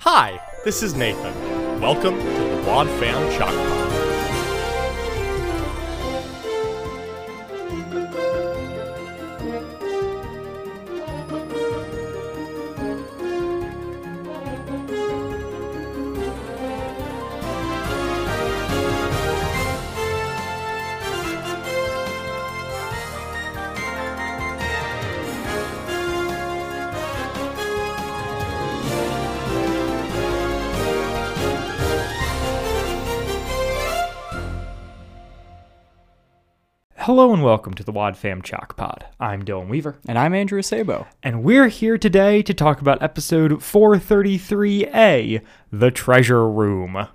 Hi, this is Nathan. Welcome to the Wad Fam Shock Pod. Hello and welcome to the Wad Fam Chalk Pod. I'm Dylan Weaver, And I'm Andrew Sabo. and we're here today to talk about episode 433A The Treasure Room.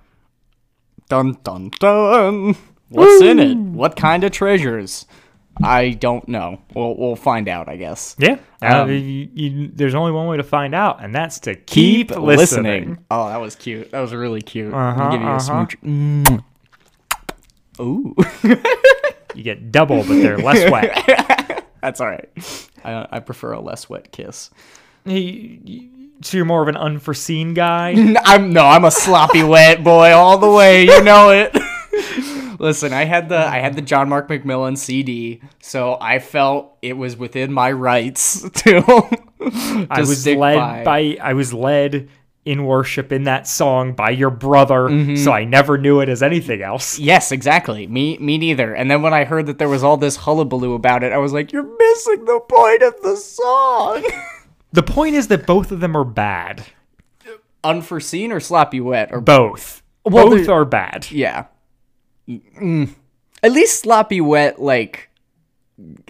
Dun dun dun. What's in it? What kind of treasures? I don't know. We'll we'll find out, I guess. Yeah, um, uh, you- you- there's only one way to find out, and that's to keep, Oh, that was cute. That was really cute. Uh-huh, I'm giving you a uh-huh. smooch. Mm. Ooh, You get double, but they're less wet. that's all right. I I prefer a less wet kiss. You- you- so you're more of an unforeseen guy? N- I'm no, I'm a sloppy wet boy all the way. You know it. Listen, I had the I had the John Mark McMillan CD, so I felt it was within my rights to. to I was stick led by. I was led in worship in that song by your brother, Mm-hmm. so I never knew it as anything else. Yes, exactly. Me, me neither. And then when I heard that there was all this hullabaloo about it, I was like, "You're missing the point of the song." The point is that both of them are bad. Unforeseen or sloppy wet or Both. Well, Both the- are bad. yeah. Mm. At least sloppy wet, like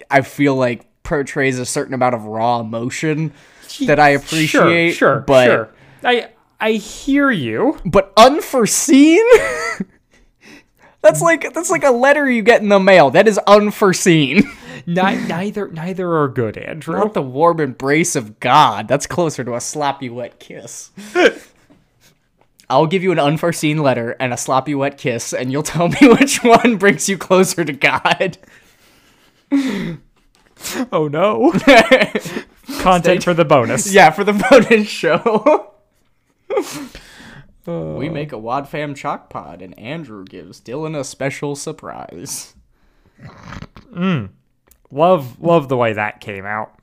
I feel like portrays a certain amount of raw emotion that I appreciate. Sure, sure, but sure. I I hear you. but unforeseen. that's like that's like a letter you get in the mail. That is unforeseen. Ni- neither neither are good, Andrew. Not the warm embrace of God. That's closer to a sloppy wet kiss. I'll give you an unforeseen letter and a sloppy wet kiss, and you'll tell me which one brings you closer to God. Oh no. Content for the bonus. Yeah, for the bonus show. Oh. we make a Wad Fam Chalk Pod, and Andrew gives Dylan a special surprise. Love love the way that came out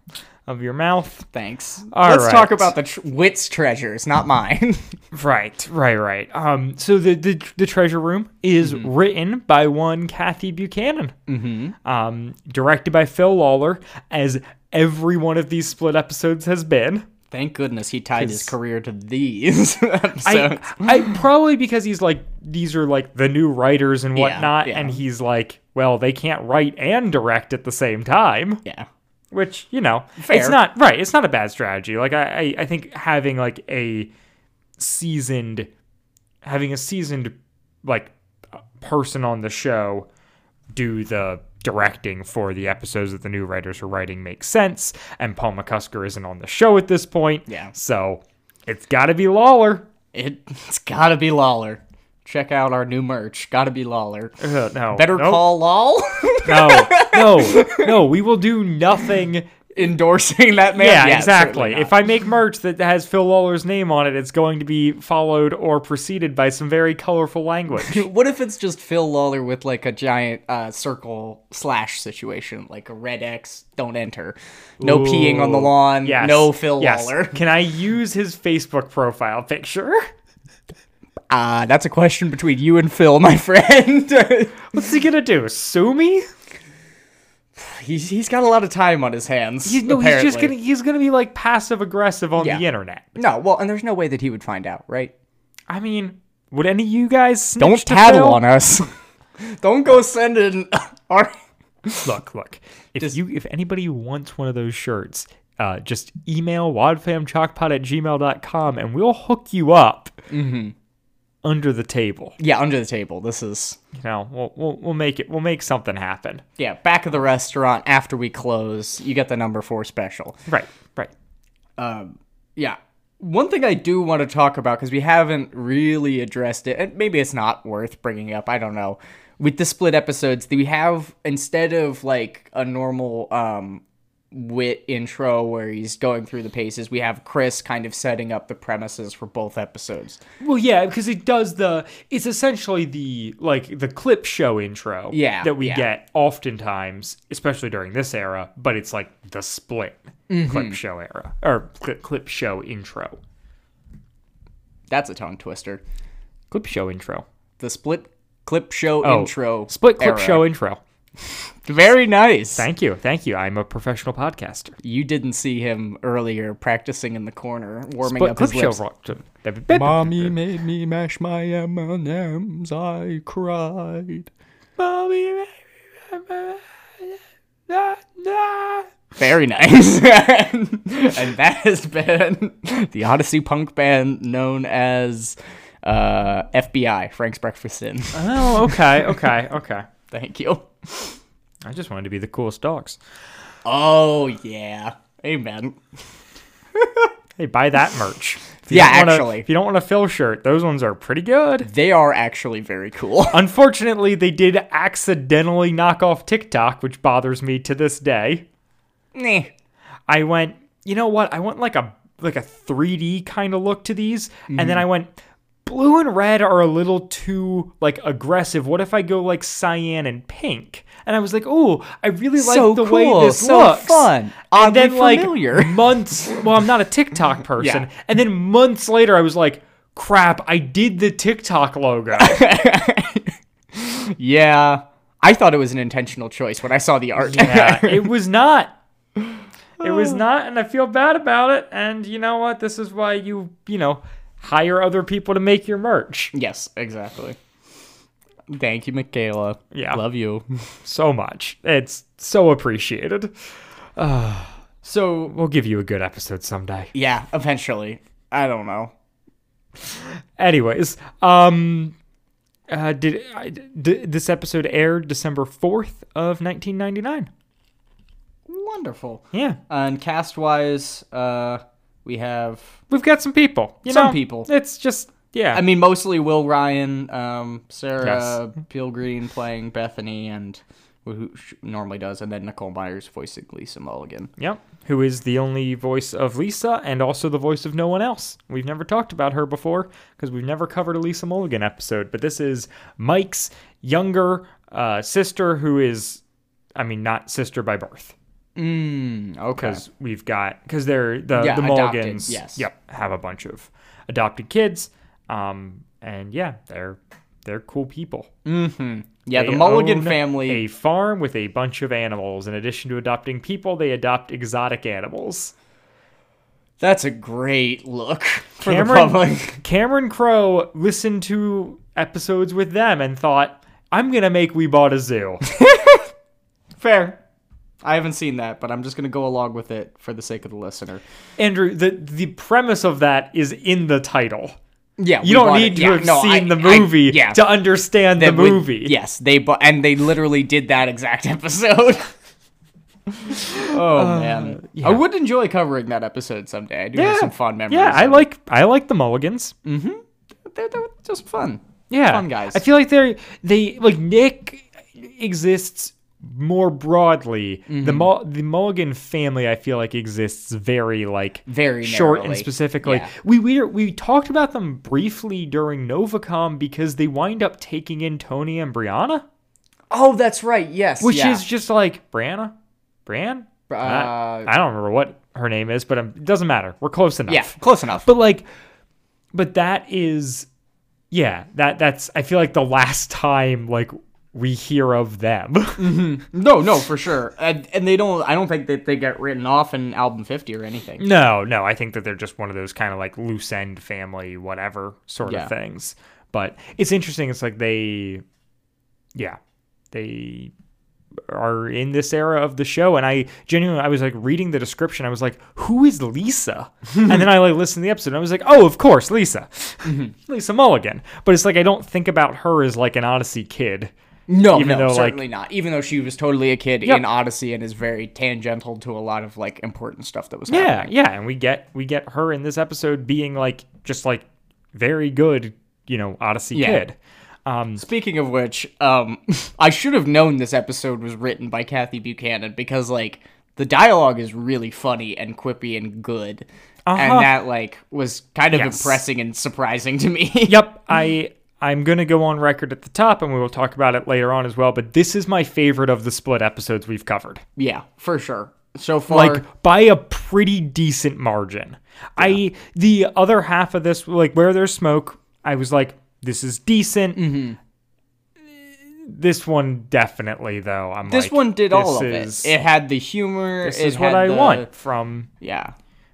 of your mouth. Thanks. All Let's talk right. about the tr- wits treasures, not mine. Right, right, right. Um so the the, the treasure room is Mm-hmm. written by one Kathy Buchanan. Mm-hmm. Um directed by Phil Lawler as every one of these split episodes has been. Thank goodness he tied his career to these episodes. I, I probably because he's like these are like the new writers and whatnot, yeah. and he's like, well, they can't write and direct at the same time, yeah. which you know, it's Fair. not right. It's not a bad strategy. Like I, I, I think having like a seasoned, having a seasoned like person on the show do the directing for the episodes that the new writers are writing makes sense. And Paul McCusker isn't on the show at this point, Yeah. So it's got to be Lawler. It, it's gotta be Lawler. Check out our new merch. Gotta be Lawler. Uh, no. Better Nope. call Law. No, no, no. We will do nothing. Endorsing that man. Yeah, certainly exactly. not. If I make merch that has Phil Lawler's name on it, it's going to be followed or preceded by some very colorful language. what if it's just Phil Lawler with like a giant uh, circle slash situation, like a red X, don't enter, no peeing on the lawn, Yes. no Phil yes. Lawler. Can I use his Facebook profile picture? Ah, that's a question between you and Phil, my friend. What's he gonna do? Sue me? he's, he's got a lot of time on his hands. He's, no, he's just gonna apparently. he's gonna be like passive aggressive on Yeah. the internet. No, well, and there's no way that he would find out, right? I mean, would any of you guys snitch Don't to tattle Phil? on us. Don't go sending our. look, look. If you if anybody wants one of those shirts, uh, just email wadfamchalkpot at gmail.com and we'll hook you up Mm-hmm. under the table. Yeah, under the table. This is You know, we'll, we'll we'll make it we'll make something happen. yeah, back of the restaurant after we close. You get the number four special. Right, right. Yeah. One thing I do want to talk about because we haven't really addressed it, and maybe it's not worth bringing up. I don't know. With the split episodes, do we have instead of like a normal um wit intro where he's going through the paces. We have Chris kind of setting up the premises for both episodes. Well, yeah, because it does the. It's essentially the like the clip show intro. Yeah, that we yeah. get oftentimes, especially during this era. But it's like the split clip show era or cli- clip show intro. That's a tongue twister. Clip show intro. The split clip show Oh, intro. Split clip era. show intro. Very nice. Thank you, thank you. I'm a professional podcaster. you didn't see him earlier practicing in the corner, warming Split up clip his show. lips. rock- made me mash my M and M's. I cried. Mommy. Very nice. and that has been the Odyssey punk band known as uh, FBI, Frank's Breakfast In. Oh, okay, okay, okay. Thank you. I just wanted to be the coolest dogs. Oh, yeah. Amen. Hey, buy that merch. If Yeah, don't wanna- actually. If you don't want a Phil shirt, those ones are pretty good. They are actually very cool. Unfortunately, they did accidentally knock off TikTok, which bothers me to this day. Nah. I went, you know what? I want like a like a 3D kind of look to these, and Mm. then I went blue and red are a little too like aggressive. What if I go like cyan and pink? And I was like, oh, I really like So the way cool, this so looks. fun, and oddly then like familiar. months. Well, I'm not a TikTok person, and then months later, I was like. Crap, I did the TikTok logo. Yeah. I thought it was an intentional choice when I saw the art. Yeah, it was not. It Oh. was not, and I feel bad about it. And you know what? This is why you, you know, hire other people to make your merch yes, exactly. Thank you, Michaela. Yeah. Love you. so much. It's so appreciated. Ah, so we'll give you a good episode someday. Yeah, eventually. I don't know. Anyways, um, uh, did, I, d- this episode aired December fourth of nineteen ninety nine? Wonderful. Yeah, And cast wise, uh, we have. we've got some people. You Some know? people. It's just yeah. I mean, mostly Will Ryan, um, Sarah Yes. Bill Green playing Bethany, and who she normally does, and then Nicole Myers voicing Lisa Mulligan. Yep. Who is the only voice of Lisa and also the voice of no one else. We've never talked about her before because we've never covered a Lisa Mulligan episode, but this is Mike's younger uh, sister who is, I mean, not sister by birth Hmm, Mm, okay. because we've got, because they're the, Yeah, adopted, the Mulligans yes. yep, have a bunch of adopted kids. Um, and yeah, they're, they're cool people. Yeah, the They Mulligan own family. A farm with a bunch of animals. In addition to adopting people, they adopt exotic animals. That's a great look for Cameron- the public. Cameron Crowe listened to episodes with them and thought, I'm going to make We Bought a Zoo. Fair. I haven't seen that, but I'm just gonna go along with it for the sake of the listener. Andrew, the, the premise of that is in the title. Yeah, You don't need to have seen the movie yeah, to understand the that would- movie. yes, they bu- and they literally did that exact episode. oh man, I would enjoy covering that episode someday. I do have some fun memories. Uh, Yeah, I of like I like the Mulligans. it. They're, they're just fun. Yeah, fun guys. I feel like they're they like Nick exists more broadly. Mm-hmm. The Mul- the Mulligan family, I feel like exists very like Very short and narrowly. specifically. Yeah. We we we talked about them briefly during Novacom because they wind up taking in Tony and Brianna, Oh, that's right. Yes, which yeah. is just like Brianna, Bran. I, Uh, I don't remember what her name is, but um it doesn't matter. We're close enough. yeah, close enough. But like, but that is, yeah, that that's. I feel like the last time like we hear of them. no, no, for sure. And, and they don't. I don't think that they get written off in album fifty or anything. no, no, I think that they're just one of those kind of like loose end family whatever sort Yeah. of things. But it's interesting. It's like they, yeah, they are in this era of the show and i genuinely i was like reading the description i was like who is lisa and then i like listened to the episode and i was like oh of course lisa Mm-hmm. lisa mulligan but it's like i don't think about her as like an odyssey kid No, Even no, though, like- certainly not. Even though she was totally a kid Yep. in Odyssey and is very tangential to a lot of like important stuff that was yeah happening. Uh, yeah and we get we get her in this episode being like just like very good you know odyssey Yeah. kid um Speaking of which, um, I should have known this episode was written by Kathy Buchanan because like the dialogue is really funny and quippy and good. Uh-huh. And that like was kind of Yes. impressing and surprising to me. Yep, I I'm gonna go on record at the top, and we will talk about it later on as well. But this is my favorite of the split episodes we've covered, yeah, for sure. So far, like by a pretty decent margin. I the other half of this, like where there's smoke, I was like, this is decent. Mm-hmm. This one definitely, though. I'm this like, one did all of this is- it. It had the humor. this it is what had I the- want from Yeah.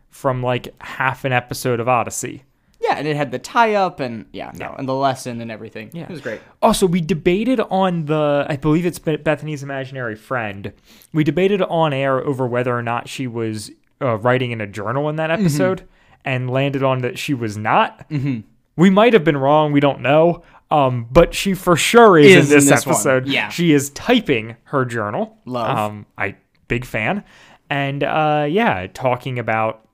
from like half an episode of Odyssey. Yeah, and it had the tie up and yeah, no, and the lesson and everything. Yeah. It was great. Also, we debated on the, I believe it's Be- Bethany's imaginary friend. We debated on air over whether or not she was uh, writing in a journal in that Mm-hmm. episode and landed on that she was not. Mm-hmm. We might have been wrong. We don't know. Um, but she for sure is, Is in in this, this one, episode. yeah. She is typing her journal. Love. Um, I, big fan. And uh, yeah, talking about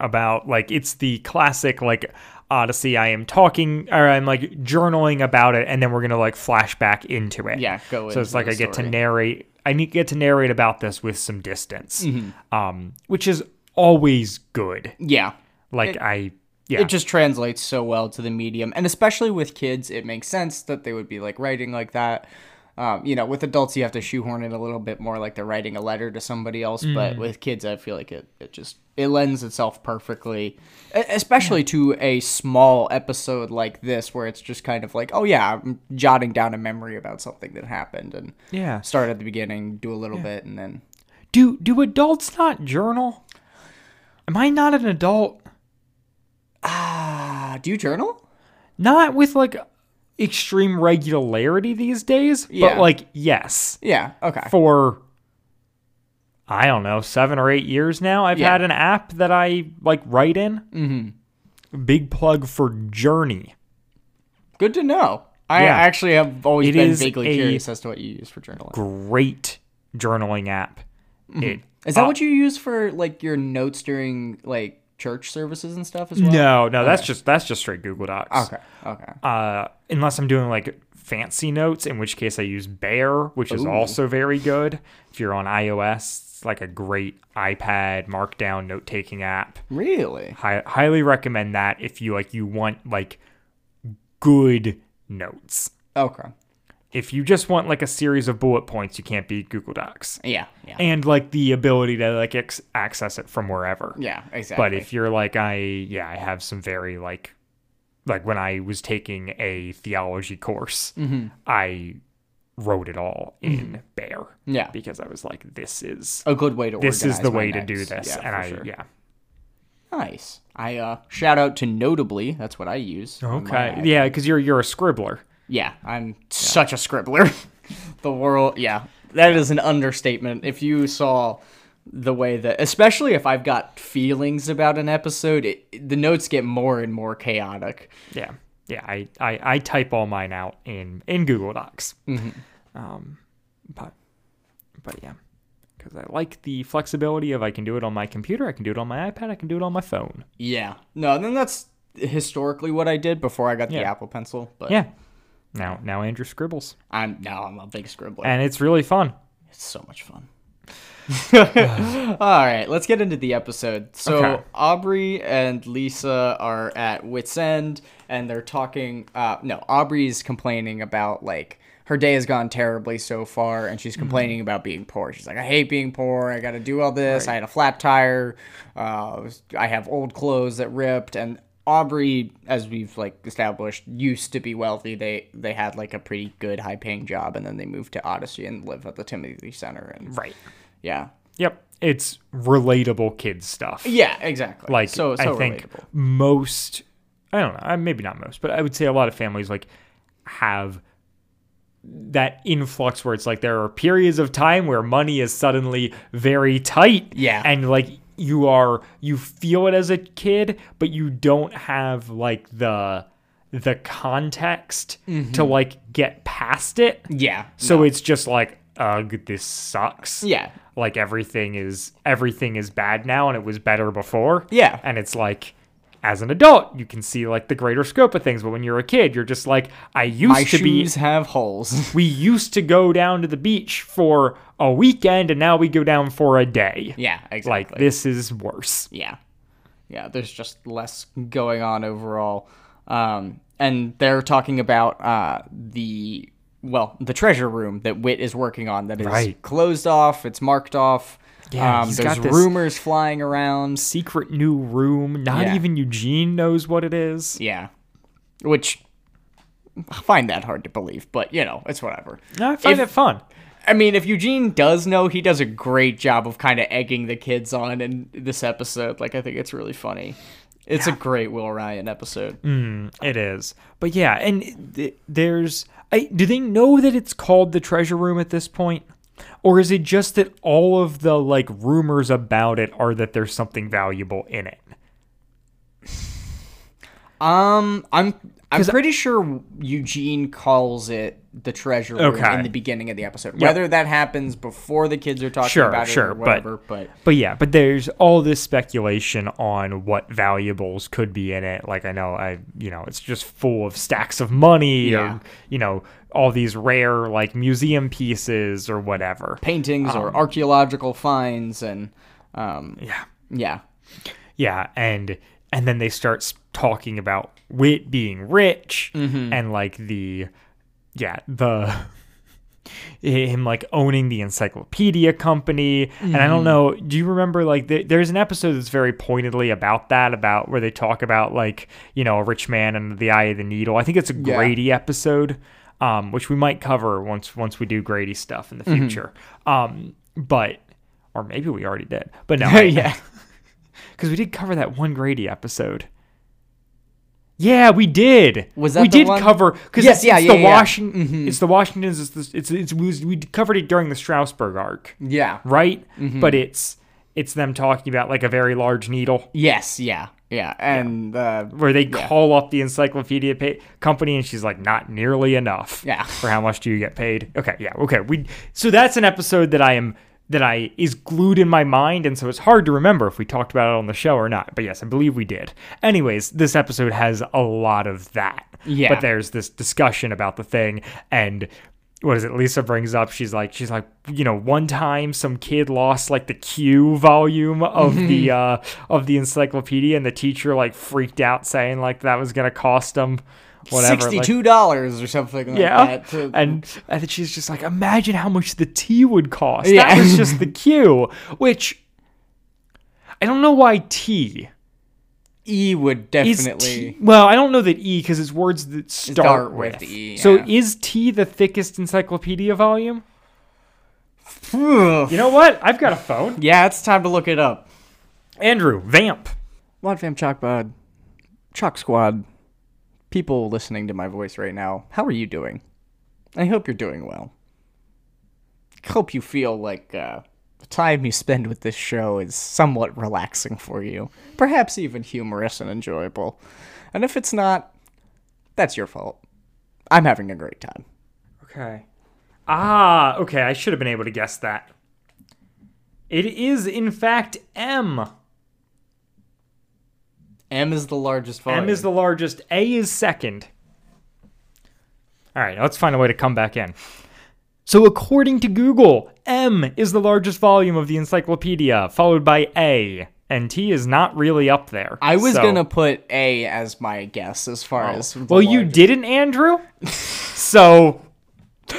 about like it's the classic like Odyssey. I am talking or I'm like journaling about it, and then we're gonna like flash back into it. Yeah, go So it's into like the I get to story. narrate. I need get to narrate about this with some distance, um, which is always good. Yeah. Like I, yeah, It just translates so well to the medium. And especially with kids, it makes sense that they would be like writing like that. Um, you know, with adults, you have to shoehorn it a little bit more like they're writing a letter to somebody else. Mm. But with kids, I feel like it, it just it lends itself perfectly, e- especially to a small episode like this where it's just kind of like, oh, yeah, I'm jotting down a memory about something that happened and yeah. start at the beginning, do a little bit, and then Do do adults not journal? Am I not an adult? ah, do you journal? Not with like extreme regularity these days, Yeah. but like yes. Yeah. Okay. for I don't know seven or eight years now. I've Yeah. had an app that I like write in. Mm-hmm. Big plug for Journey. Good to know. I Yeah. actually have always It been is vaguely a- curious as to what you use for journaling. Great journaling app. It- Is that uh, what you use for like your notes during like church services and stuff as well? No, no, that's just that's just straight Google Docs. Okay. Okay. Uh, unless I'm doing like fancy notes, in which case I use Bear, which is also very good. If you're on iOS, it's like a great iPad Markdown note taking app. Really? hi- highly recommend that if you like you want like good notes Okay. if you just want like a series of bullet points you can't beat google docs Yeah. Yeah. and like the ability to like ex- access it from wherever yeah. Exactly. but if you're like i yeah i have some very like like when i was taking a theology course Mm-hmm. i wrote it all in bear Yeah. because i was like this is a good way to this is organize the my way to do notes. this Yeah, and for i sure. yeah nice. I uh shout out to notably. That's what I use. on my okay app. yeah because you're you're a scribbler Yeah, I'm such a scribbler. the world, yeah, that is an understatement. If you saw the way that, especially if I've got feelings about an episode, it, the notes get more and more chaotic. Yeah, yeah. I, I, I type all mine out in in Google Docs. Um, but but yeah, because I like the flexibility of I can do it on my computer, I can do it on my iPad, I can do it on my phone. Yeah, no, then that's historically what I did before I got the Yeah. Apple Pencil. But Yeah. Now now Andrew scribbles, I'm now I'm a big scribbler. and it's really fun. It's so much fun. All right, let's get into the episode. So Okay. Aubrey and Lisa are at wits end, and they're talking. Uh, no, Aubrey's complaining about like her day has gone terribly so far, and Mm-hmm. she's complaining about being poor. She's like, I hate being poor. I got to do all this. I had a flat tire. Uh, I have old clothes that ripped, and Aubrey, as we've like established, used to be wealthy. They they had like a pretty good, high paying job, and then they moved to Odyssey and live at the Timothy Center. And Right. yeah, Yep. It's relatable kids stuff. yeah, exactly. Like so, so I think relatable. most, I don't know, I- maybe not most, but I would say a lot of families like have that influx where it's like there are periods of time where money is suddenly very tight. Yeah. And like you are you feel it as a kid, but you don't have like the the context to like get past it. Mm-hmm. Yeah. So it's just like, ugh, this sucks. Yeah. Like everything is everything is bad now and it was better before. Yeah. And it's like as an adult, you can see like the greater scope of things. But when you're a kid, you're just like, I used My to be shoes have holes. we used to go down to the beach for a weekend and now we go down for a day. yeah, exactly. Like this is worse. yeah yeah there's just less going on overall um, and they're talking about uh, the well the treasure room that wit is working on that is Right. closed off it's marked off Yeah, um, he's there's got this- rumors flying around Secret new room. Not Yeah. even Eugene knows what it is. yeah which I find that hard to believe but you know it's whatever I find If- it fun. I mean, if Eugene does know, he does a great job of kind of egging the kids on in this episode. Like, I think it's really funny. It's a great Will Ryan episode. Mm. It is. But yeah, and th- there's I, do they know that it's called the treasure room at this point? Or is it just that all of the like rumors about it are that there's something valuable in it? Um, I'm I'm pretty sure Eugene calls it the treasure room Okay. in the beginning of the episode. Whether that happens before the kids are talking Sure, about it sure, or but- whatever, but, But yeah, but there's all this speculation on what valuables could be in it. Like I know I you know, it's just full of stacks of money Yeah. or you know, all these rare like museum pieces or whatever. paintings um, or archaeological finds and um Yeah. yeah. Yeah, and and then they start s- talking about wit being rich and like the yeah, the him like owning the encyclopedia company and i don't know do you remember like th- there's an episode that's very pointedly about that about where they talk about like you know a rich man under the eye of the needle i think it's a grady episode um, which we might cover once once we do grady stuff in the future um, but or maybe we already did but no yeah because we did cover that one grady episode yeah, we did. Was that we the did one? cover because Yes, it's, yeah, it's yeah, yeah, the Mm-hmm. yeah. Washington. It's the Washingtons. It's the, it's it's we, we covered it during the Straussburg arc, Yeah. right? Mm-hmm. But it's it's them talking about like a very large needle Yes, yeah. Yeah. And uh where they call up the encyclopedia pay- company and she's like, not nearly enough. Yeah. For how much do you get paid? Okay. Yeah. Okay. We so that's an episode that I am that I is glued in my mind, and so it's hard to remember if we talked about it on the show or not. But yes, I believe we did. Anyways, this episode has a lot of that. Yeah. But there's this discussion about the thing and. What is it? Lisa brings up. She's like, she's like, you know, one time some kid lost like the Q volume of the uh, of the encyclopedia, and the teacher like freaked out, saying like that was gonna cost them whatever, like- sixty two dollars or something like yeah. that. to- and and then she's just like, imagine how much the tea would cost. That Yeah. was just the cue, which I don't know why tea E would is definitely tea. Well, I don't know that E because it's words that start, with E, So yeah. is T the thickest encyclopedia volume? Phew. You know what? I've got a phone. Yeah, it's time to look it up. Andrew, vamp. Mod Fam Chalk Bud, Chalk Squad, people listening to my voice right now, how are you doing? I hope you're doing well. Hope you feel like uh, the time you spend with this show is somewhat relaxing for you, perhaps even humorous and enjoyable. And if it's not, that's your fault. I'm having a great time. Okay. Ah, okay. I should have been able to guess that. It is in fact M. M is the largest volume. M is the largest. A is second. All right, let's find a way to come back in. So, according to Google, M is the largest volume of the encyclopedia, followed by A, and T is not really up there. I was So- Oh. gonna put A as my guess as far as the Well, you didn't, Andrew. so,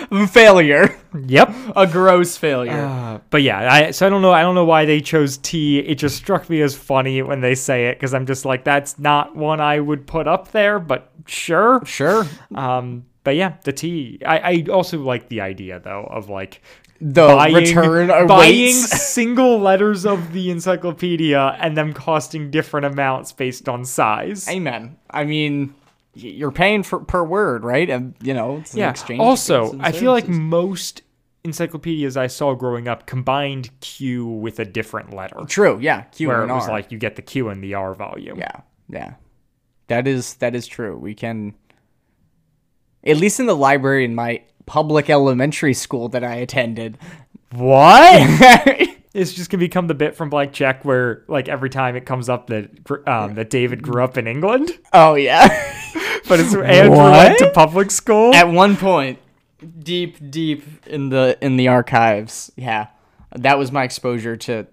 largest- failure, yep. a gross failure. Uh, but yeah, I, so I don't know. I don't know why they chose T. It just struck me as funny when they say it because I'm just like, that's not one I would put up there. But sure, Sure. Um, but yeah, the tea. I, I also like the idea though of like The buying, return buying awaits. single letters of the encyclopedia and them costing different amounts based on size. Amen. I mean, y- you're paying for per word, right? And you know, it's an yeah. exchange. of goods Also, and I feel like services. most encyclopedias I saw growing up combined Q with a different letter, true. Yeah, Q where it and was R. like you get the Q and the R volume. yeah, yeah. That is that is true. We can, at least in the library in my public elementary school that I attended. What? it's just gonna become the bit from Black Jack where like every time it comes up that gr- um, that David grew up in England, Oh yeah. but it's Andrew went to What? public school. At one point, deep, deep in the in the archives, yeah, that was my exposure to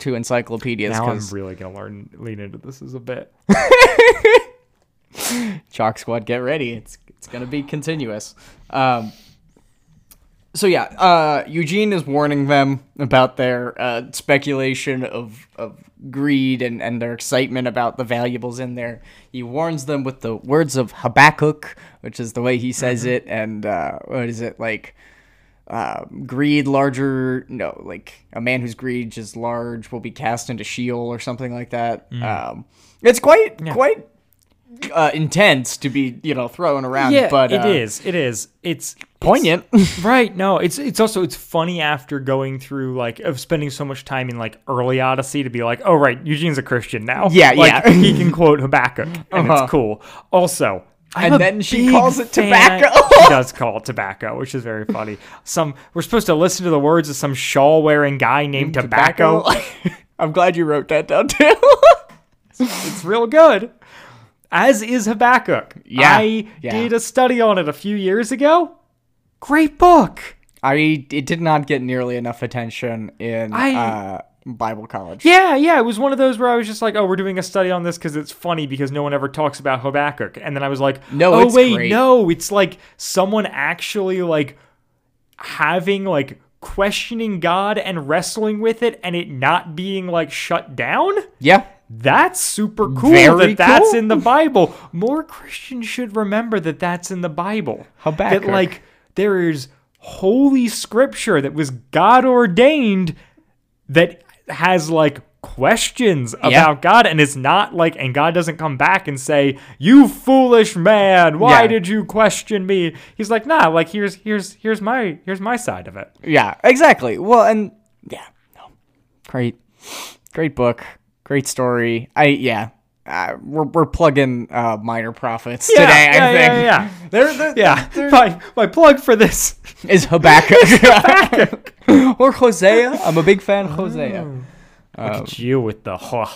to encyclopedias. now I'm 'cause really gonna learn lean into this as a bit. Chalk Squad, get ready. It's it's gonna be continuous. Um, so yeah, uh, Eugene is warning them about their uh, speculation of of greed and and their excitement about the valuables in there. He warns them with the words of Habakkuk, which is the way he says Mm-hmm. it, and uh, what is it like? uh, greed larger no like a man whose greed is large will be cast into sheol or something like that Mm. um, it's quite quite uh, intense to be you know thrown around but it uh, is. It is. It's poignant Right. No, it's it's also it's funny after going through like of spending so much time in like early Odyssey to be like, oh right, Eugene's a Christian now. Yeah, like, yeah. he can quote Habakkuk, and Uh-huh. it's cool. Also, I'm And a then she big calls it fan- tobacco. she does call it tobacco, which is very funny. Some we're supposed to listen to the words of some shawl wearing guy Mm, named tobacco. i'm glad you wrote that down too It's real good. As is Habakkuk. Yeah, I yeah. did a study on it a few years ago. Great book. i it did not get nearly enough attention in I- uh, bible college Yeah, yeah. It was one of those where I was just like, oh, we're doing a study on this because it's funny because no one ever talks about Habakkuk. And then I was like, No, oh, it's wait, great. no. It's like someone actually like having like questioning God and wrestling with it and it not being like shut down. yeah That's super cool Very that that's cool. in the Bible. More Christians should remember that that's in the Bible. Habakkuk. That like there is holy scripture that was God ordained that has like questions about God and it's not like and God doesn't come back and say, "You foolish man, why Yeah. did you question me?" He's like, "Nah, like here's here's here's my here's my side of it." Yeah, exactly. Well, and yeah, no, great, great book, great story. I yeah, uh, we're we're plugging uh, minor prophets Yeah, today. yeah, I yeah, think yeah. There, there, Yeah. My my plug for this is Habakkuk or Hosea. I'm a big fan of Hosea. Um, Look at you with the huh.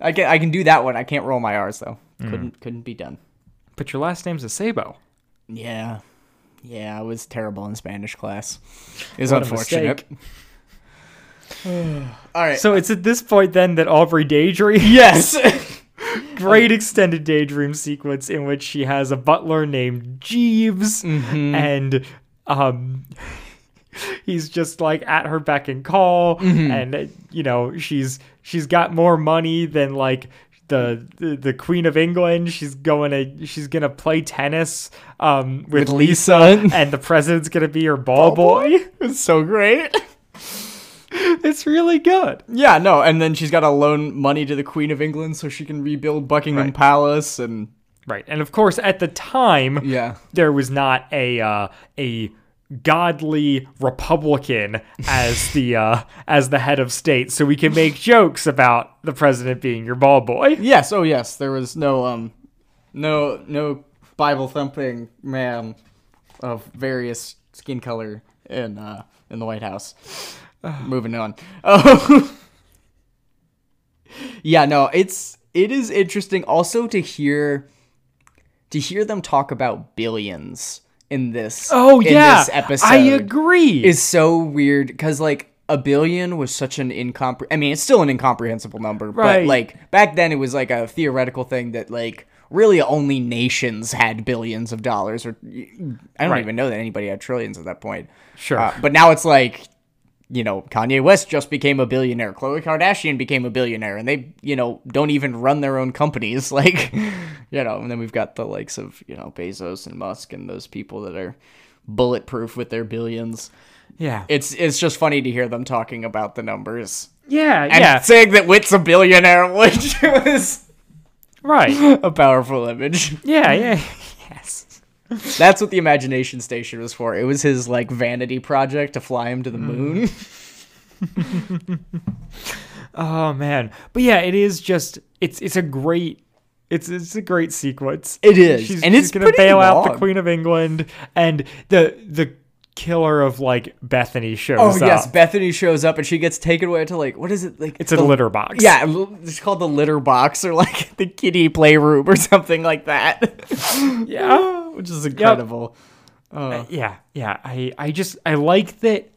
I can I can do that one. I can't roll my R's though. Mm. Couldn't couldn't be done. But your last name's a Sabo. Yeah, yeah. I was terrible in Spanish class. It was What a unfortunate. All right. So it's at this point then that Aubrey daydreams. yes. Great extended daydream sequence in which she has a butler named Jeeves, Mm-hmm. and um, he's just like at her beck and call, and uh, you know she's she's got more money than like. The, the the Queen of England. She's going to she's gonna play tennis um, with, Lisa, Lisa. and the president's gonna be her ball, boy. It's so great. It's really good. Yeah, no, and then she's got to loan money to the Queen of England so she can rebuild Buckingham Right. Palace and Right, and of course at the time, yeah. there was not a uh, a godly republican as the uh, as the head of state, so we can make jokes about the president being your ball boy. Yes, oh yes, there was no um no no Bible thumping man of various skin color in uh in the White House. Moving on. Oh. yeah, no, it's it is interesting also to hear to hear them talk about billions in this Oh in yeah, this episode. I agree. is so weird because like a billion was such an incompre I mean, it's still an incomprehensible number, Right. but like back then it was like a theoretical thing that like really only nations had billions of dollars, or I don't Right. even know that anybody had trillions at that point. Sure. Uh, but now it's like. You know, Kanye West just became a billionaire. Khloe Kardashian became a billionaire, and they, you know, don't even run their own companies. Like, you know, and then we've got the likes of, you know, Bezos and Musk and those people that are bulletproof with their billions yeah, it's it's just funny to hear them talking about the numbers yeah, and yeah. saying that Wit's a billionaire, which was Right. a powerful image. Yeah, yeah. Yes. That's what the imagination station was for. It was his like vanity project to fly him to the Mm. moon. Oh man. But yeah, it is just it's it's a great it's it's a great sequence. It is, She's, and she's it's gonna pretty bail out the long. Queen of England and the the killer of like Bethany shows Oh up. yes, Bethany shows up and she gets taken away to like what is it like? It's a the- litter box. Yeah, l- it's called the litter box or like the kitty playroom or something like that. Yeah. which is incredible. Uh, yeah yeah i i just i like that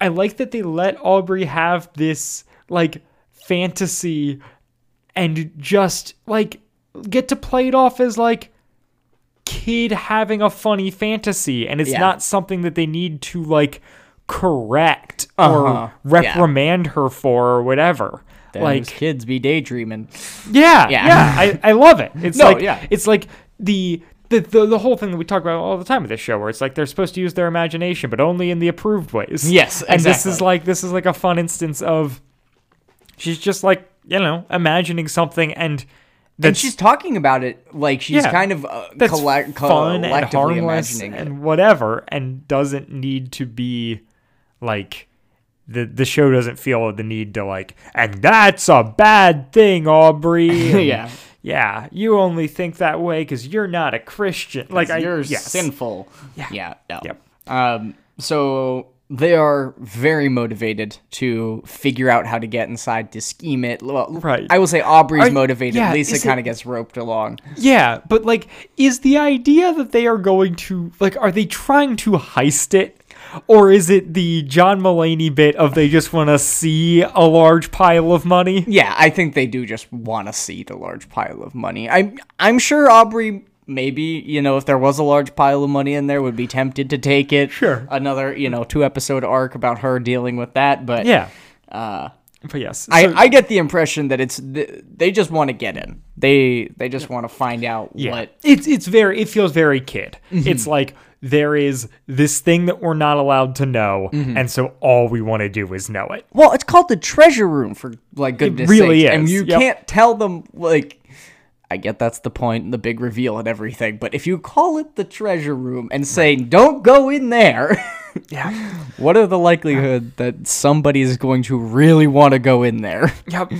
i like that they let aubrey have this like fantasy and just like get to play it off as like kid having a funny fantasy and it's Yeah. not something that they need to like correct Uh-huh. or reprimand her for or whatever like like kids be daydreaming. yeah, Yeah. yeah, I, I love it. It's No, like yeah. it's like the, the the the whole thing that we talk about all the time with this show, where it's like they're supposed to use their imagination, but only in the approved ways. Yes, and this is exactly. like this is like a fun instance of she's just like you know imagining something and And that's she's talking about it like she's Yeah. kind of uh, that's collect- fun and collectively harmless imagining it. and whatever, and doesn't need to be like. The, the show doesn't feel the need to like and that's a bad thing aubrey and yeah, yeah, you only think that way because you're not a Christian. Like I, you're yes. sinful. Yeah, yeah. no. Yep. Um, so they are very motivated to figure out how to get inside to scheme it. Well, Right. I will say Aubrey's Are- motivated. yeah, Lisa is it- kind of gets roped along. Yeah, but like, is the idea that they are going to like, are they trying to heist it, or is it the John Mulaney bit of they just want to see a large pile of money? Yeah, I think they do just want to see the large pile of money. I'm I'm sure Aubrey maybe you know if there was a large pile of money in there would be tempted to take it. Sure. Another you know two episode arc about her dealing with that, but Yeah. Uh, but yes, I, so- I get the impression that it's th- they just want to get in. They they just want to find out what It's it's very it feels very kid. It's like there is this thing that we're not allowed to know, and so all we want to do is know it. Well, it's called the treasure room for like goodness really sakes, and is, you yep. can't tell them like. I get that's the point, and the big reveal and everything. But if you call it the treasure room and say don't go in there, Yeah. what are the likelihood that somebody is going to really want to go in there? Yep.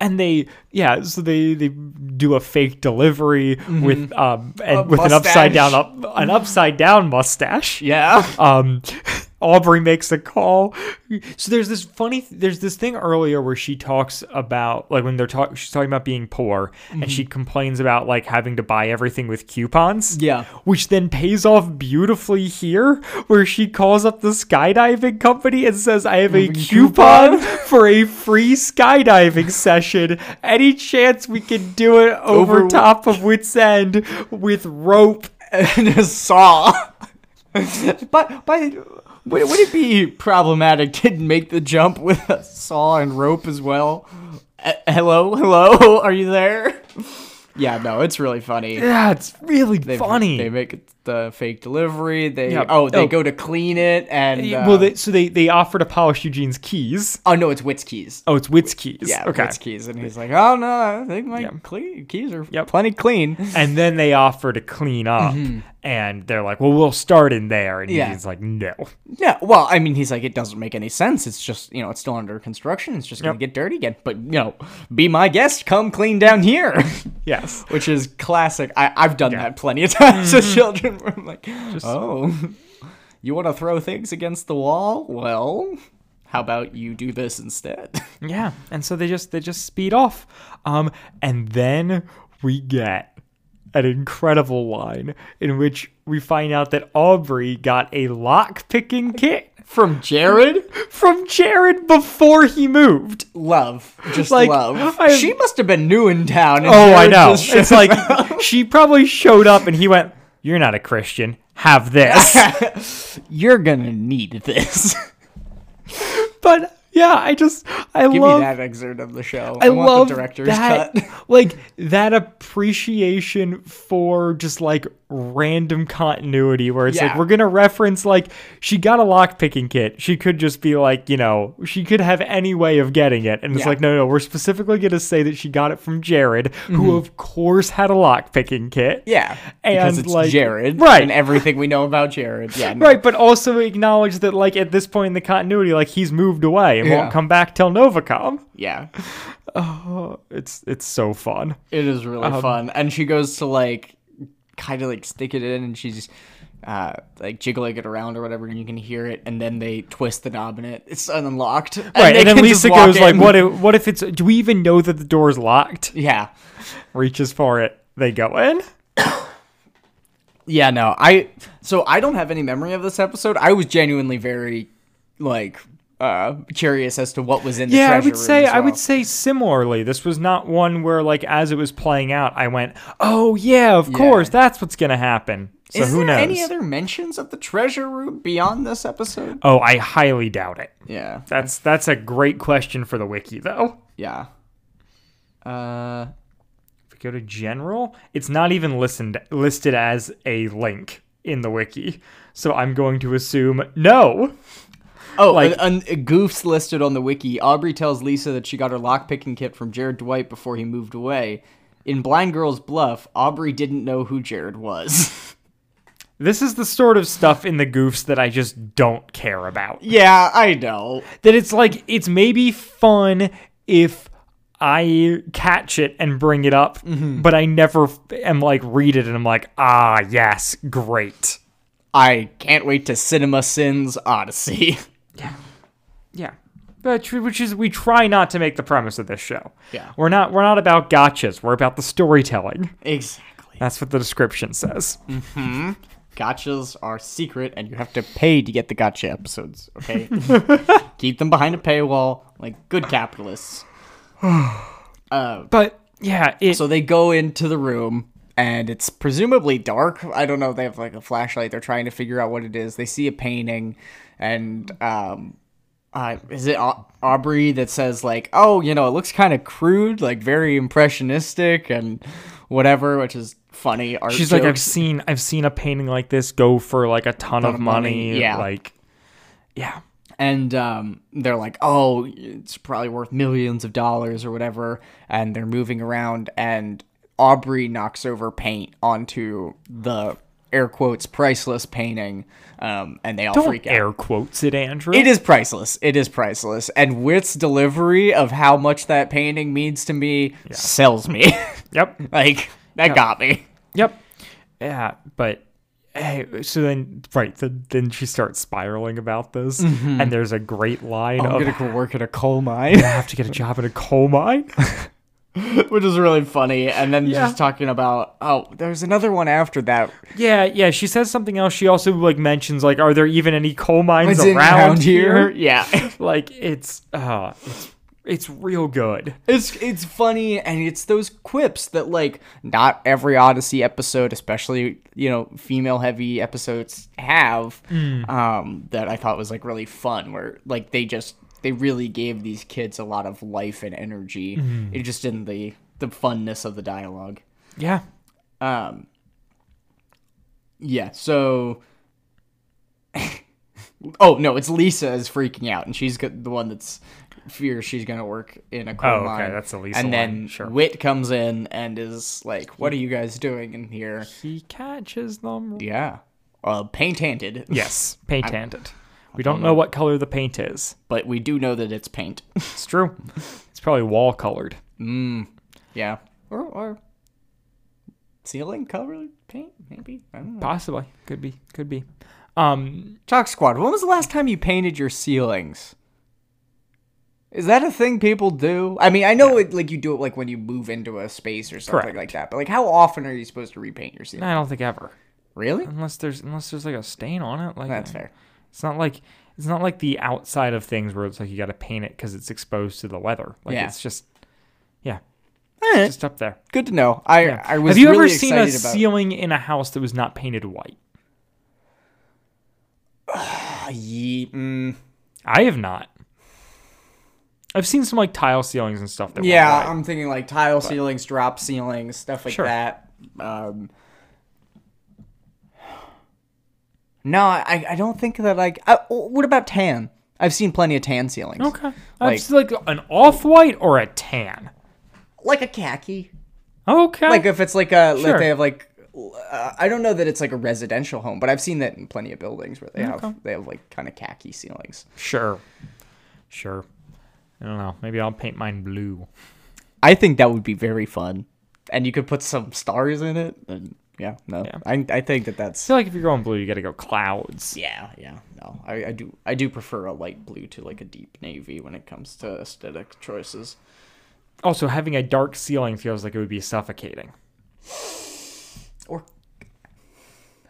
And they yeah, so they they do a fake delivery with um and with an upside down up an upside down mustache. Yeah. Um Aubrey makes a call. So there's this funny there's this thing earlier where she talks about like when they're talking she's talking about being poor and Mm-hmm. she complains about like having to buy everything with coupons. Yeah. Which then pays off beautifully here where she calls up the skydiving company and says I have a coupon? coupon for a free skydiving session. Any chance we can do it over, Over- top of Wits End with rope? and a saw. but by would, would it be problematic to make the jump with a saw and rope as well? Eh, hello, hello, are you there? Yeah, no, it's really funny. Yeah, it's really They- funny. They make it the fake delivery. They Yeah. oh, they Oh. go to clean it and uh, well, they, so they they offer to polish Eugene's keys. oh no, it's Wit's keys. Oh, it's Wit's keys. Yeah, okay. Wit's keys, and he's like, oh no, I think my cle- keys are Yep. plenty clean. And then they offer to clean up, and they're like, "Well, we'll start in there." And Mm-hmm. Yeah. Eugene's like, "No." Yeah, well, I mean, he's like, it doesn't make any sense. It's just, you know, it's still under construction. It's just gonna Yep. get dirty again. But you know, be my guest. Come clean down here, Yes. which is classic. I, I've done that plenty of times Mm-hmm. as children. Where I'm like, oh, you want to throw things against the wall? Well, how about you do this instead? Yeah, and so they just they just speed off, um, and then we get an incredible line in which we find out that Aubrey got a lock picking kit From Jared, from Jared before he moved. love, just Like, love. I- she must have been new in town. and Oh, I Jared know. just showed It's like she probably showed up and he went, "You're not a Christian. Have this." you're gonna need this. but yeah, I just I Give love me that excerpt of the show. I, I, want love the director's that, cut. like that appreciation for just like random continuity, where it's like Yeah. we're gonna reference like she got a lock picking kit. She could just be like, you know, she could have any way of getting it, and it's Yeah. like, no, no, we're specifically gonna say that she got it from Jared, who of course had a lock picking kit. Mm-hmm. Yeah, because And, it's like- Jared, Right. And everything we know about Jared, yeah, no. Right, but also acknowledge that, like, at this point in the continuity, like, he's moved away and Yeah. won't come back till Novacom. yeah, It's it's so fun. Um, it is really fun. And she goes to like, kind of like stick it in, and she's uh, like jiggling it around or whatever, and you can hear it, and then they twist the knob and it it's unlocked. Right, Right, and, then Lisa goes like, "What? If, what if it's? Do we even know that the door's locked?" Yeah, Reaches for it. They go in. yeah. No, I so I don't have any memory of this episode. I was genuinely very like uh curious as to what was in the Yeah, I treasure would room say as I well. would say similarly. This was not one where like as it was playing out, I went, "Oh yeah, of course, that's what's gonna happen." So Is who there knows? any other mentions of the treasure room beyond this episode? oh, I highly doubt it. Yeah, That's that's a great question for the wiki though. yeah. Uh, If we go to general, it's not even listened listed as a link in the wiki. So I'm going to assume no. oh, Like- like an, an- goofs listed on the wiki. Aubrey tells Lisa that she got her lockpicking kit from Jared Dwight before he moved away. In Blind Girl's Bluff, Aubrey didn't know who Jared was. This is the sort of stuff in the goofs that I just don't care about. yeah, I know. that it's like it's maybe fun if I catch it and bring it up, Mm-hmm. but I never f- am like read it and I'm like, ah, yes, great. I can't wait to Cinema Sins Odyssey. Yeah. But tr- which is we try not to make the premise of this show. Yeah. We're not we're not about gotchas. We're about the storytelling. exactly. That's what the description says. Mm-hmm. Gotchas are secret, and you have to pay to get the gotcha episodes. Okay, keep them behind a paywall, like good capitalists. But yeah, it So they go into the room and it's presumably dark. I don't know. They have like a flashlight. They're trying to figure out what it is. They see a painting and um uh, is it Au- Aubrey that says like, "Oh, you know, it looks kind of crude, like very impressionistic and whatever," which is funny art she's like I've jokes. seen I've seen a painting like this go for like a ton, of of money, money, yeah. like yeah. and um, they're like, "Oh, it's probably worth millions of dollars or whatever," and they're moving around, and Aubrey knocks over paint onto the air quotes priceless painting, um, and they all Don't freak out. air quotes it, Andrew. It is priceless. It is priceless, and Wit's delivery of how much that painting means to me sells me. Yep. like that got me. Yep. Yeah, but hey, so then right, so then she starts spiraling about this, and there's a great line I'm of gonna go work at a coal mine. "I have to get a job at a coal mine." which is really funny. And then Yeah. just talking about oh, there's another one after that yeah, yeah. She says something else. She also like mentions like, "Are there even any coal mines It's around, in- here?" Yeah. Like it's uh it's it's real good. It's it's funny and it's those quips that like not every Odyssey episode, especially you know female heavy episodes, have Mm. um, that I thought was like really fun. Where like they just they really gave these kids a lot of life and energy. Mm-hmm. It just in the the funness of the dialogue. Yeah. Um, Yeah. So. oh no! It's Lisa is freaking out, and she's go- the one that's fears she's gonna work in a coal Oh, okay, mine. that's the Lisa And then line, sure. Wit comes in and is like, "What are you guys doing in here?" He catches them. Yeah. Uh, paint handed. Yes, paint handed. We don't know what color the paint is. But we do know that it's paint. It's true. it's probably wall colored. yeah. Or or ceiling colored paint, maybe. I don't know. Possibly. Could be. Could be. Um Chalk Squad. When was the last time you painted your ceilings? Is that a thing people do? I mean, I know it like you do it like when you move into a space or something Correct. like that. But like, how often are you supposed to repaint your ceiling? I don't think ever. Really? Unless there's unless there's like a stain on it. Like That's uh, fair. It's not like it's not like the outside of things where it's like you got to paint it because it's exposed to the weather. Like Yeah. it's just yeah, Eh, just up there. good to know. I I was. Have you really ever seen a excited about... ceiling in a house that was not painted white? Ye- mm, I have not. I've seen some like tile ceilings and stuff that weren't yeah, white. I'm thinking like tile ceilings, drop ceilings, stuff like Sure. that. Um, no, I, I don't think that like. I, what about tan? I've seen plenty of tan ceilings. okay. I've seen, like an off white or a tan. like a khaki. Okay. Like if it's like a like Sure. they have like uh, I don't know that it's like a residential home, but I've seen that in plenty of buildings where they Okay. have they have like kind of khaki ceilings. sure, sure. I don't know. Maybe I'll paint mine blue. I think that would be very fun, and you could put some stars in it. And Yeah, no, I I think that that's So like if you're going blue, you got to go clouds. yeah, yeah. No, I, I do I do prefer a light blue to like a deep navy when it comes to aesthetic choices. Also, having a dark ceiling feels like it would be suffocating. Or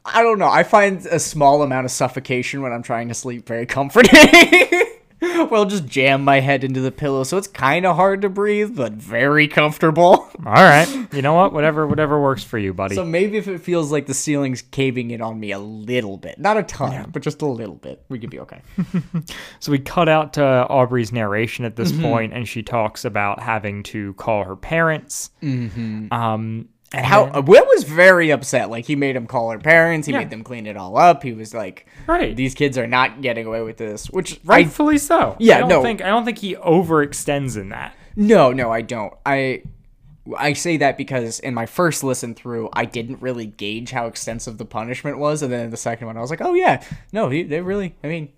I don't know. I find a small amount of suffocation when I'm trying to sleep very comforting. Well, I'll just jam my head into the pillow, so it's kind of hard to breathe, but very comfortable. All right, you know what? Whatever, whatever works for you, buddy. So maybe if it feels like the ceiling's caving in on me a little bit, not a ton, but just a little bit, we could be okay. So we cut out to Aubrey's narration at Mm-hmm. this point, and she talks about having to call her parents. Mm-hmm. Um, and How uh, Will was very upset. Like he made him call her parents. He made them clean it all up. He was like, Right. these kids are not getting away with this." Which I rightfully so. Yeah, I don't no. Think, I don't think he overextends in that. no, no, I don't. I I say that because in my first listen through, I didn't really gauge how extensive the punishment was, and then in the second one, I was like, "Oh yeah, no, he, they really. I mean,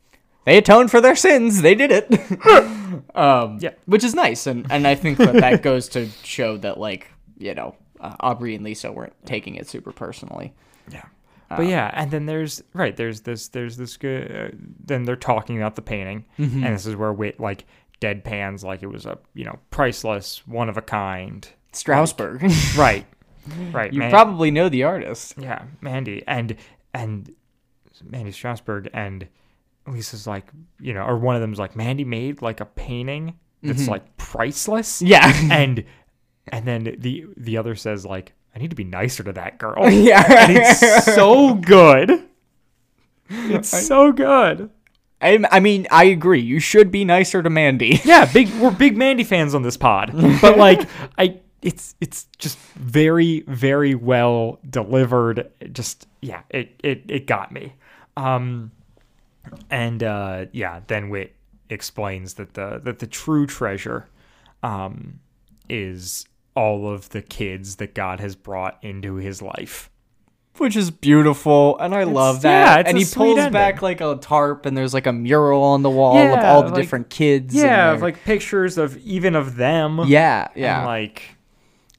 they atoned for their sins. They did it." um, Yeah. which is nice, and and I think that that goes to show that like you know uh, Aubrey and Lisa weren't taking it super personally. Yeah. Uh, But yeah, and then there's right there's this there's this good. Uh, then they're talking about the painting, Mm-hmm. and this is where wit like deadpans like it was a you know priceless one of a kind. Strasbourg. Right. Right. You man. probably know the artist. Yeah, Mandy and and Mandy Strasberg and Lisa's like you know, or one of them's like Mandy made like a painting that's like priceless. Mm-hmm. Yeah. and and then the the other says like I need to be nicer to that girl. yeah. and it's so good. It's so good. I, I mean, I agree. You should be nicer to Mandy. Yeah, big we're big Mandy fans on this pod. But like I it's it's just very very well delivered. It Just yeah, it it it got me. Um and uh yeah, then Wit explains that the that the true treasure um is all of the kids that God has brought into his life. Which is beautiful, and I love that. yeah, it's and a he sweet pulls ending. back like a tarp, and there's like a mural on the wall of Yeah, all the like- different kids. and Yeah, their- like pictures of even of them. yeah, And yeah. like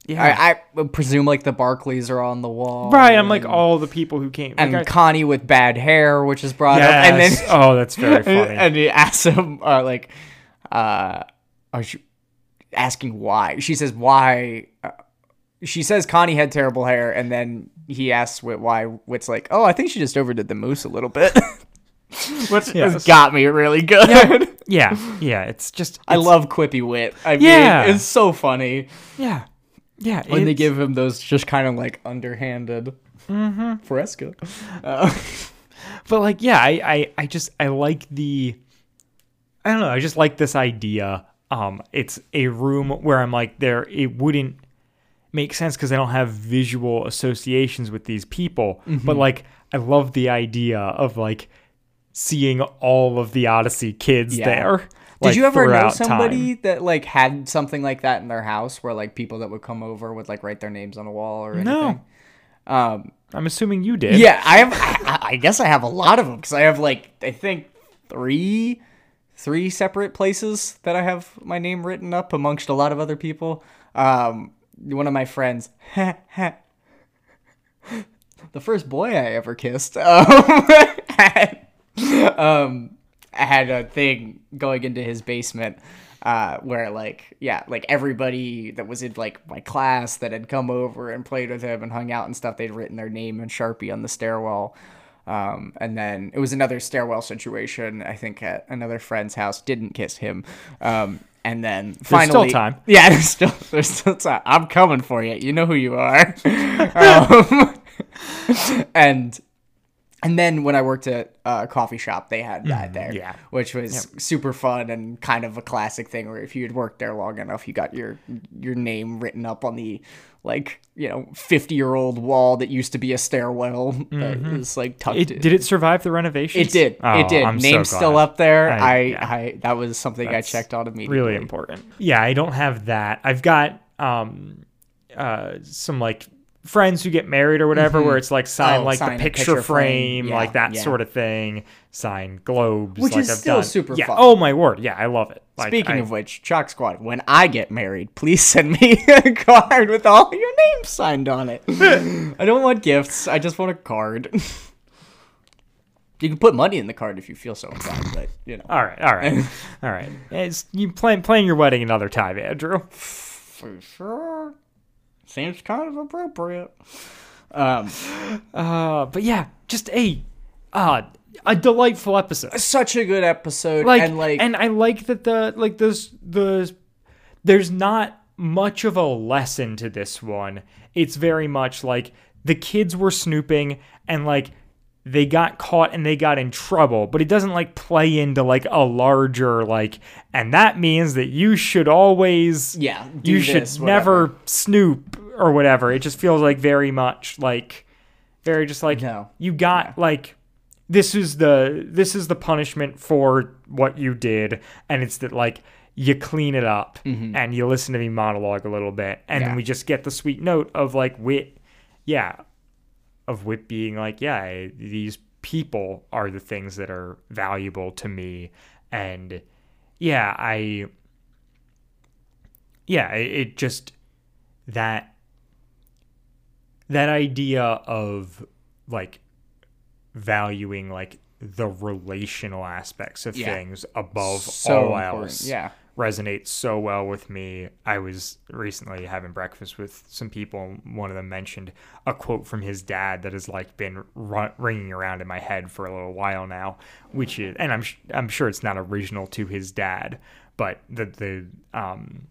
yeah. I, I presume like the Barclays are on the wall. Right, I'm like and- all the people who came. and like, I- Connie with bad hair, which is brought up, and then Yes. oh, that's very funny. and he asks him uh, like uh are she asking why she says why uh, she says connie had terrible hair and then he asks Whit why Whit's like oh i think she just overdid the moose a little bit which has got me really good yeah, yeah, it's just i it's- love quippy wit i Yeah. mean it's so funny yeah, yeah. when they it's- give him those just kind of like underhanded Mm-hmm. fresco but like, yeah, I, I, I just I like the, I don't know, I just like this idea. Um, it's a room where I'm like, there, it wouldn't make sense because I don't have visual associations with these people. Mm-hmm. But like, I love the idea of like seeing all of the Odyssey kids Yeah. there. Did like, you ever know throughout time. somebody that like had something like that in their house where like people that would come over would like write their names on a wall or anything? No. Um, I'm assuming you did. yeah, I have. I, I guess I have a lot of them because I have like I think three, three separate places that I have my name written up amongst a lot of other people. Um, one of my friends. The first boy I ever kissed um, had, um, had a thing going into his basement uh, where, like, yeah, like everybody that was in like my class that had come over and played with him and hung out and stuff, they'd written their name in Sharpie on the stairwell. Um, and then it was another stairwell situation, I think, at another friend's house. Didn't kiss him. Um, and then There's still finally, time. yeah, there's still, there's still time. I'm coming for you. You know who you are. um, and and then when I worked at a coffee shop, they had that there, Mm, yeah. which was super fun and kind of a classic thing. Where if you had worked there long enough, you got your your name written up on the like you know fifty year old wall that used to be a stairwell that is like tucked. Mm-hmm. It, Oh, in. did it survive the renovation? It did. it did. Name's still up there. I, I- I, yeah. that was something I checked on immediately. Really important. Yeah, I don't have that. I've got um, uh, some like friends who get married or whatever, where it's like sign Oh, like sign the a picture, picture frame, frame. like Yeah, that yeah. sort of thing, sign globes, Which like is I've still done. super yeah. fun. Oh my word, yeah, I love it. Like, Speaking I- of which, Chalk Squad, when I get married, please send me a card with all your names signed on it. I don't want gifts. I just want a card. you can put money in the card if you feel so inclined, but you know, all right, all right, all right. It's, you plan plan your wedding another time, Andrew. for sure, seems kind of appropriate. Um, Uh, but yeah, just a uh, a delightful episode. such a good episode, like and like, and I like that the like those the there's not much of a lesson to this one. It's very much like the kids were snooping and like they got caught and they got in trouble, but it doesn't like play into like a larger like and that means that you should always Yeah, do you should this, whatever. never snoop or whatever. It just feels like very much like very just like No. you got like this is the this is the punishment for what you did and it's that like you clean it up and you listen to me monologue a little bit and then Mm-hmm. Yeah. we just get the sweet note of like wit yeah of wit being like yeah I- these people are the things that are valuable to me and yeah i yeah it, it just that that idea of like valuing like the relational aspects of Yeah. things above So all important, else yeah. resonates so well with me. I was recently having breakfast with some people and one of them mentioned a quote from his dad that has like been ru- ringing around in my head for a little while now, which is and I'm sh- I'm sure it's not original to his dad, but the the um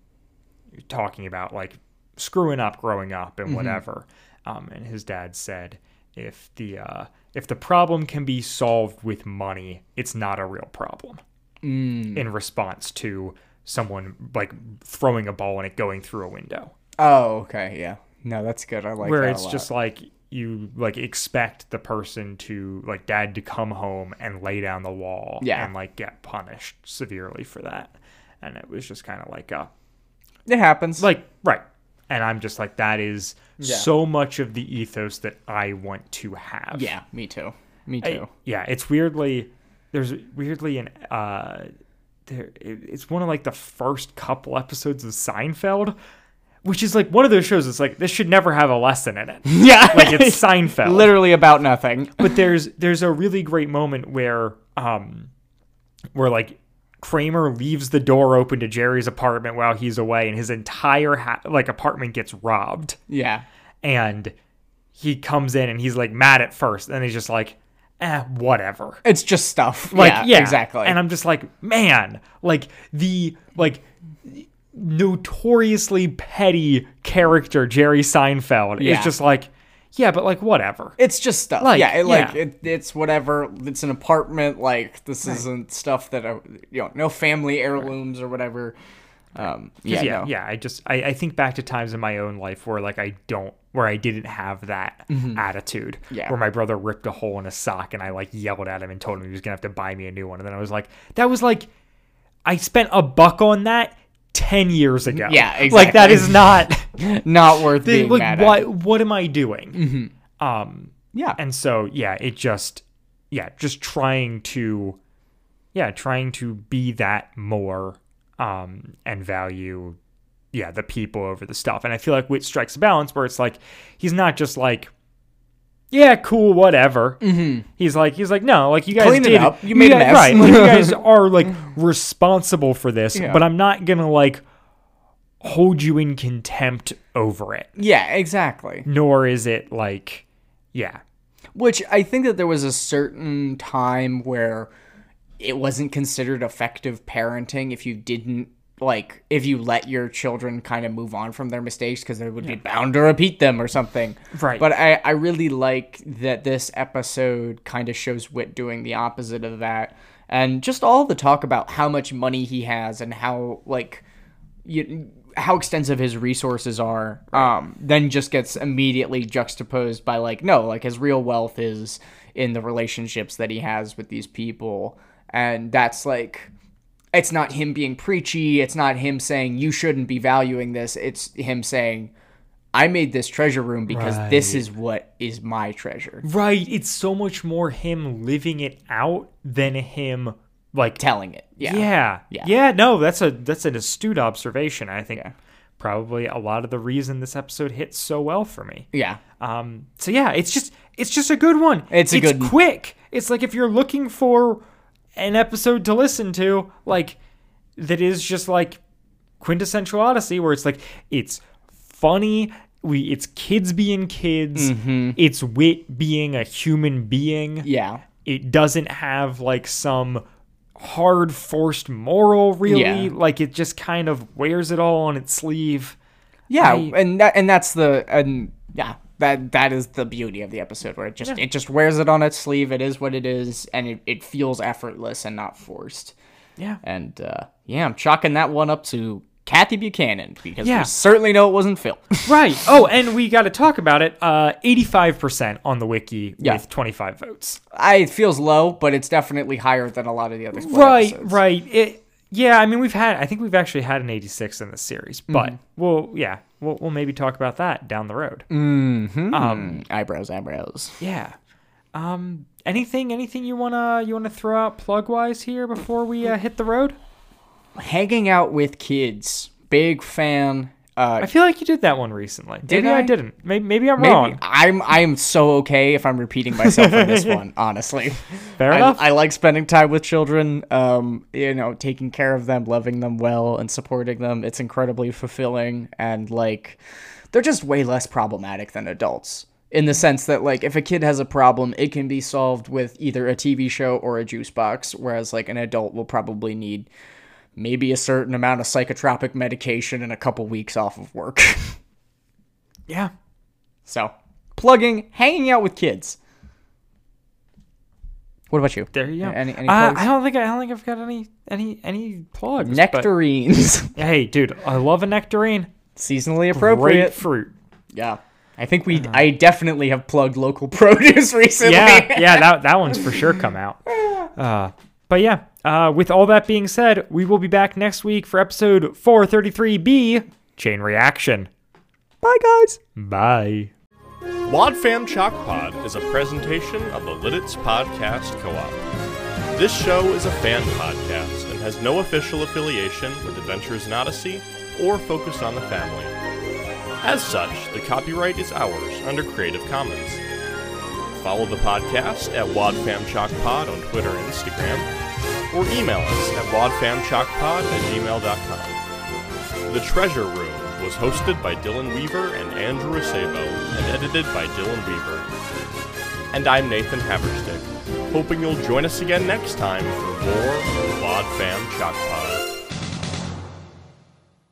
talking about like screwing up growing up Mm-hmm. and whatever. Um, and his dad said, if the uh, if the problem can be solved with money, it's not a real problem. Hmm. In response to someone like throwing a ball and it going through a window, oh, okay, yeah, no, that's good. I like where that a it's lot. just like you like expect the person to like dad to come home and lay down the law Yeah. and like get punished severely for that. And it was just kind of like a it happens. like right and i'm just like that is so much of the ethos that i want to have yeah, me too, me I- too. yeah it's weirdly there's weirdly an uh there it, it's one of like the first couple episodes of seinfeld which is like one of those shows it's like this should never have a lesson in it yeah, like it's seinfeld literally about nothing. but there's there's a really great moment where um where like Kramer leaves the door open to Jerry's apartment while he's away and his entire ha- like apartment gets robbed Yeah. and he comes in and he's like mad at first and he's just like eh whatever It's just stuff. like yeah, yeah, exactly. and i'm just like man like the like notoriously petty character jerry seinfeld Yeah. is just like yeah but like whatever it's just stuff. Like, yeah, it, like yeah. It, it's whatever. It's an apartment. Like this isn't stuff that I, you know, no family heirlooms or whatever. Um, yeah, yeah yeah, no. i just I, I think back to times in my own life where like i don't where i didn't have that attitude Mm-hmm. Yeah. where my brother ripped a hole in a sock and i like yelled at him and told him he was gonna have to buy me a new one and then i was like that was like i spent a buck on that 10 years ago Yeah, like that exactly. is not not worth being like mad what at. Mm-hmm. what am i doing um Yeah, and so yeah it just yeah just trying to yeah trying to be that more um and value yeah the people over the stuff and i feel like wit strikes a balance where it's like he's not just like yeah cool whatever mm-hmm. he's like he's like no like you guys Clean it did, up. You made a guys- mess. right like, you guys are like responsible for this Yeah. but i'm not gonna like hold you in contempt over it yeah, exactly. nor is it like yeah Which I think that there was a certain time where it wasn't considered effective parenting if you didn't like if you let your children kind of move on from their mistakes because they would be bound to repeat them or something. Right. But I, I really like that this episode kind of shows Wit doing the opposite of that. And just all the talk about how much money he has and how like you, how extensive his resources are um, then just gets immediately juxtaposed by like no like his real wealth is in the relationships that he has with these people and that's like it's not him being preachy it's not him saying you shouldn't be valuing this it's him saying I made this treasure room because this Right. is what is my treasure. Right. It's so much more him living it out than him like Telling it. Yeah. Yeah. Yeah. no, that's a that's an astute observation. I think Yeah. probably a lot of the reason this episode hits so well for me. Yeah. Um so yeah, it's just it's just a good one. It's a good one. quick. It's like if you're looking for an episode to listen to, like that is just like quintessential Odyssey where it's like it's funny, we it's kids being kids, it's wit being a human being Mm-hmm. Yeah. it doesn't have like some hard forced moral really Yeah. like it just kind of wears it all on its sleeve Yeah, I- and that, and that's the and yeah, that that is the beauty of the episode where it just it just wears it on its sleeve. It is what it is, and it, it feels effortless and not forced. yeah And uh, yeah, I'm chalking that one up to Kathy Buchanan because Yeah. we certainly know it wasn't Phil. right oh and we got to talk about it uh 85% on the wiki Yeah. with 25 votes I it feels low, but it's definitely higher than a lot of the other split right episodes. right it yeah i mean we've had i think we've actually had an 86 in this series Mm-hmm. but we'll yeah we'll, we'll maybe talk about that down the road Mm, eyebrows, eyebrows. yeah um anything anything you want to you want to throw out plug wise here before we uh, hit the road Hanging out with kids, big fan. Uh, I feel like you did that one recently. Did maybe I? I? didn't. Maybe, maybe I'm maybe- wrong. I'm I'm so okay if I'm repeating myself on this one, honestly. Fair I, enough. I like spending time with children, um, you know, taking care of them, loving them well, and supporting them. It's incredibly fulfilling. And, like, they're just way less problematic than adults in the sense that, like, if a kid has a problem, it can be solved with either a TV show or a juice box, whereas, like, an adult will probably need maybe a certain amount of psychotropic medication and a couple weeks off of work. yeah. so, plugging, hanging out with kids. What about you? There you go. Any, any uh, plugs? I don't think I don't think I've got any any any plugs. but- Nectarines. hey, dude, I love a nectarine. Seasonally Great Uh-huh. appropriate. fruit. Yeah. I think we I definitely have plugged local produce recently. Yeah, yeah. That that one's for sure come out. Uh, but yeah. Uh, with all that being said, we will be back next week for episode 433B, Chain Reaction. Bye guys. Bye. Wadfam Chalk Pod is a presentation of the Lidditz Podcast Co op. This show is a fan podcast and has no official affiliation with Adventures in Odyssey or Focus on the Family. As such, the copyright is ours under Creative Commons. Follow the podcast at WadFamChalkPod on Twitter and Instagram, or email us at WadFamChalkPod at gmail.com. The Treasure Room was hosted by Dylan Weaver and Andrew Acebo and edited by Dylan Weaver. And I'm Nathan Haverstick, hoping you'll join us again next time for more Wad Fam Chalk Pod.